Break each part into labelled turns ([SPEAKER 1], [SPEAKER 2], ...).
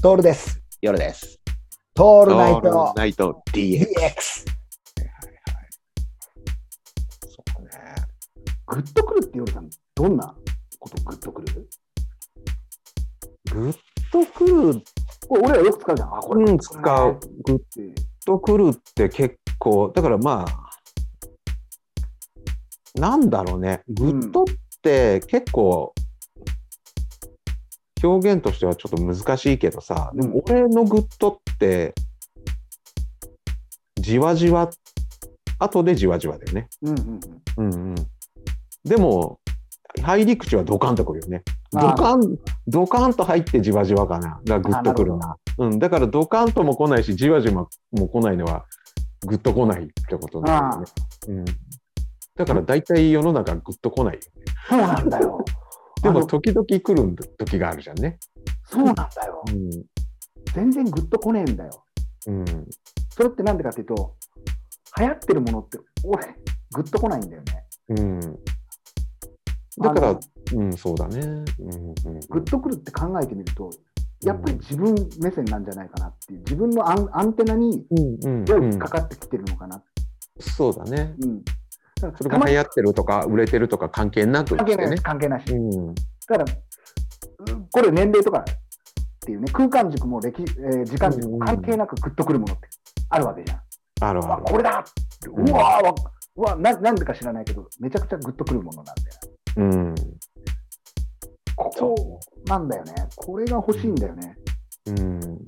[SPEAKER 1] トールです。
[SPEAKER 2] 夜です。
[SPEAKER 1] ト
[SPEAKER 2] オ
[SPEAKER 1] ールナイト
[SPEAKER 2] ナイト DX。
[SPEAKER 1] DX。
[SPEAKER 2] そうね。
[SPEAKER 1] グッとくるって夜さん、どんなことグッとくる
[SPEAKER 3] グッとくる、
[SPEAKER 1] これ俺らよく使うじゃん。あ、これ、
[SPEAKER 3] うん、使う。グ
[SPEAKER 1] う
[SPEAKER 3] ッ
[SPEAKER 1] ん
[SPEAKER 3] とくるって結構、だからまあ、なんだろうね、グッとって結構、表現としてはちょっと難しいけどさ、で
[SPEAKER 1] うん
[SPEAKER 3] も俺のグッとって、じわじわ、後でじわじわだよね。
[SPEAKER 1] うんうんうん。
[SPEAKER 3] うんうん、でも入り口はドカンとくるよね。ド
[SPEAKER 1] まあ
[SPEAKER 3] カン、ドカンと入ってじわじわかな。がグッとくるな。うん、だからドカンとも来ないし、じわじわも来ないのはグッと来ないってことなんだよね。うん、だから大体世の中グッと来ないよ。
[SPEAKER 1] そうなんだよ。
[SPEAKER 3] で
[SPEAKER 1] あ
[SPEAKER 3] も
[SPEAKER 1] の
[SPEAKER 3] 時々来る時があるじゃんね。
[SPEAKER 1] そうなんだよ。全然グッとこねえんだよ。
[SPEAKER 3] うん、うん、
[SPEAKER 1] それってなんでかっていうと、流行ってるものって、俺、グッとこないんだよね。
[SPEAKER 3] うん、だから
[SPEAKER 1] あの
[SPEAKER 3] うん、そうだね。うん、うん、
[SPEAKER 1] グッとくるって考えてみると、やっぱり自分目線なんじゃないかなっていう、自分のアンアンテナに、
[SPEAKER 3] うん、
[SPEAKER 1] ど
[SPEAKER 3] う、
[SPEAKER 1] うん
[SPEAKER 3] う
[SPEAKER 1] 引っ
[SPEAKER 3] ん
[SPEAKER 1] か、かってきてるのかな。
[SPEAKER 3] そうだね。
[SPEAKER 1] うん。だから
[SPEAKER 3] それ
[SPEAKER 1] たま
[SPEAKER 3] が
[SPEAKER 1] に
[SPEAKER 3] 流行ってるとか売れてるとか関係なく
[SPEAKER 1] 関係
[SPEAKER 3] して
[SPEAKER 1] ないで
[SPEAKER 3] ね
[SPEAKER 1] す。関係ないし。
[SPEAKER 3] うん、
[SPEAKER 1] だから、うんこれ年齢とかっていうね、空間軸も歴、えー時間軸も関係なくグッとくるものってあるわけじゃん。
[SPEAKER 3] ある
[SPEAKER 1] あ、
[SPEAKER 3] ある。
[SPEAKER 1] これだってうわーわ、うわな、なんでか知らないけど、めちゃくちゃグッとくるものなんだよ。
[SPEAKER 3] うん。
[SPEAKER 1] ここなんだよね。これが欲しいんだよね。
[SPEAKER 3] うん。
[SPEAKER 1] うん。グ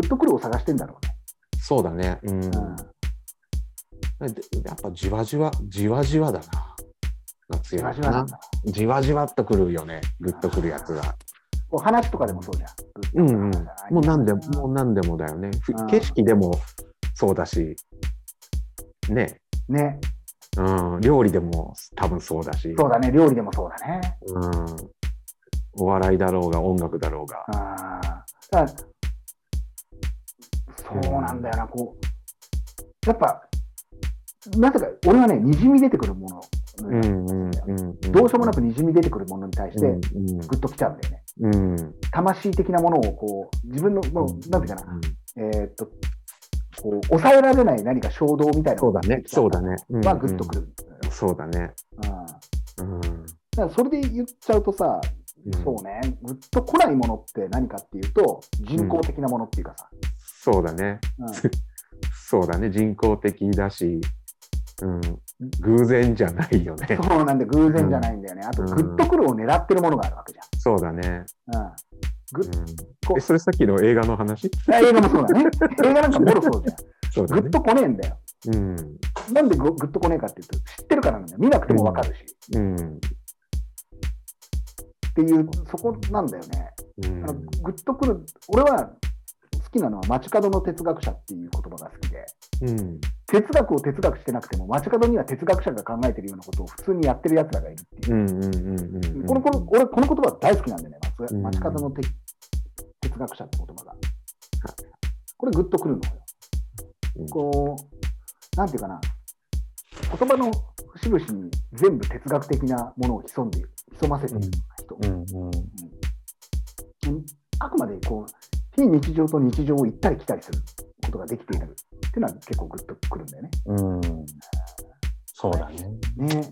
[SPEAKER 1] ッとくるを探してんだろうね。
[SPEAKER 3] そうだね。うん。で
[SPEAKER 1] うん
[SPEAKER 3] やっぱじわじわ、じわじわだな。が
[SPEAKER 1] じ
[SPEAKER 3] 強い
[SPEAKER 1] わじ
[SPEAKER 3] か
[SPEAKER 1] わな。
[SPEAKER 3] なん
[SPEAKER 1] だ。
[SPEAKER 3] じわじわっとくるよね。ぐっとくるやつが。
[SPEAKER 1] こう話とかでもそうじゃん。
[SPEAKER 3] うんうん。
[SPEAKER 1] グッとくる話
[SPEAKER 3] もう何で
[SPEAKER 1] うん
[SPEAKER 3] も、もう何でもだよね。ふ
[SPEAKER 1] うん
[SPEAKER 3] 景色でもそうだし。ね。
[SPEAKER 1] ね、
[SPEAKER 3] うん。料理でも多分そうだし。
[SPEAKER 1] そうだね。料理でもそうだね。
[SPEAKER 3] うん。お笑いだろうが、音楽だろうが。
[SPEAKER 1] ああ、だからそうなんだよな、こう、やっぱ、なぜか、俺はね、にじみ出てくるもの、
[SPEAKER 3] うんうんうん。
[SPEAKER 1] どうしようもなく
[SPEAKER 3] く
[SPEAKER 1] にじみ出てくるものに対して、
[SPEAKER 3] うん
[SPEAKER 1] グッときちゃうんだよね。
[SPEAKER 3] うん。うん。
[SPEAKER 1] 魂的なものを、こう、自分の、もうなんていうかな、
[SPEAKER 3] ん
[SPEAKER 1] えーっと、こう、抑えられない何か衝動みたいな
[SPEAKER 3] そ
[SPEAKER 1] の
[SPEAKER 3] うだ
[SPEAKER 1] が
[SPEAKER 3] ね。そうだね。うん
[SPEAKER 1] はグッとくる。
[SPEAKER 3] うんそうだね。
[SPEAKER 1] うん
[SPEAKER 3] うん。
[SPEAKER 1] だからそれで言っちゃうとさ、
[SPEAKER 3] うん
[SPEAKER 1] そうね、グッと来ないものって何かっていうと、人工的なものっていうかさ、
[SPEAKER 3] そうだね。
[SPEAKER 1] うん
[SPEAKER 3] そうだね。人工的だし、うん、偶然じゃないよね。
[SPEAKER 1] そうなんで偶然じゃないんだよね。あと、
[SPEAKER 3] うん
[SPEAKER 1] グッとくるを狙ってるものがあるわけじ
[SPEAKER 3] そうだね。
[SPEAKER 1] ゃん。うん。
[SPEAKER 3] う
[SPEAKER 1] グッ
[SPEAKER 3] ん
[SPEAKER 1] こう
[SPEAKER 3] えそれさっきの映画の話
[SPEAKER 1] 映画もそう だね。映画なんかもろそうじゃん。
[SPEAKER 3] そうだ
[SPEAKER 1] グッ
[SPEAKER 3] ね。
[SPEAKER 1] とこねえんだよ。
[SPEAKER 3] うん。
[SPEAKER 1] なんでググッとこねえかっていうと、知ってるからなんだよ。見なくてもわかるし。
[SPEAKER 3] うん。
[SPEAKER 1] っていう、そこなんだよね。
[SPEAKER 3] う
[SPEAKER 1] あ
[SPEAKER 3] ん
[SPEAKER 1] のグッとくる、俺は好きなのは街角の哲学者っていう言葉が好きで、
[SPEAKER 3] うん。
[SPEAKER 1] 哲学を哲学してなくても、街角には哲学者が考えてるようなことを普通にやってる奴らがいるっていう。
[SPEAKER 3] うん。うん。うん。うん。
[SPEAKER 1] このこの俺、この言葉大好きなんだよね、街
[SPEAKER 3] うん
[SPEAKER 1] 街角のて哲学者って言葉が。これ、グッとくるのよ。
[SPEAKER 3] うん
[SPEAKER 1] こう、なんていうかな、言葉の節々に全部哲学的なものを潜んで、潜ませているよう
[SPEAKER 3] う
[SPEAKER 1] な人。
[SPEAKER 3] ん。うん。
[SPEAKER 1] うんあくまでこう非日常と日常を行ったり来たりすることができているっていうのは結構グッとくるんだよね。
[SPEAKER 3] うん。そうだね。
[SPEAKER 1] ね